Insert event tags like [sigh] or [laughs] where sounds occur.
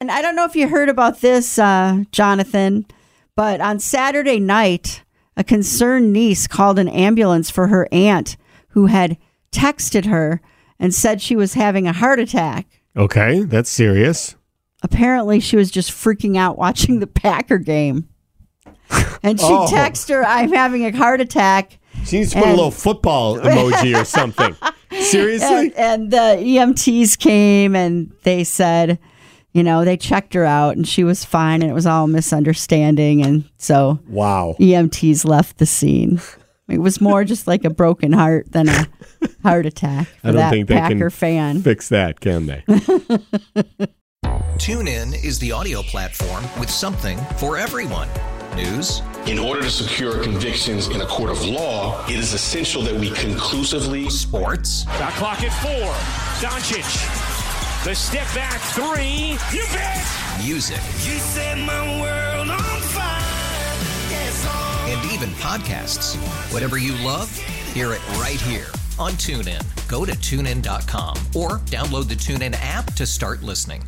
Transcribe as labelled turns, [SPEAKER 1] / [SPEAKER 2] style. [SPEAKER 1] And I don't know if you heard about this, uh, Jonathan, but on Saturday night, a concerned niece called an ambulance for her aunt who had texted her and said she was having a heart attack.
[SPEAKER 2] Okay, that's serious.
[SPEAKER 1] Apparently, she was just freaking out watching the Packer game. And she
[SPEAKER 2] Oh.
[SPEAKER 1] texted her, I'm having a heart attack.
[SPEAKER 2] She needs to put a
[SPEAKER 1] And- [laughs]
[SPEAKER 2] little football emoji or something. Seriously?
[SPEAKER 1] And, and the EMTs came and they said, you know, they checked her out and she was fine and it was all misunderstanding. And so
[SPEAKER 2] Wow.
[SPEAKER 1] EMTs E left the scene. It was more just like a broken heart than a heart attack for
[SPEAKER 2] [laughs] I don't
[SPEAKER 1] that
[SPEAKER 2] think they
[SPEAKER 1] Packer
[SPEAKER 2] can
[SPEAKER 1] fan.
[SPEAKER 2] fix that, can they?
[SPEAKER 3] TuneIn is the audio platform with something for everyone. News,
[SPEAKER 4] In order to secure convictions in a court of law, it is essential that we conclusively
[SPEAKER 3] sports,
[SPEAKER 5] The clock at four. Doncic. The step back three. You bet.
[SPEAKER 3] music,
[SPEAKER 5] You set my world on fire. Yes, oh.
[SPEAKER 3] and even podcasts. Whatever you love, hear it right here on TuneIn. Go to tunein.com or download the TuneIn app to start listening.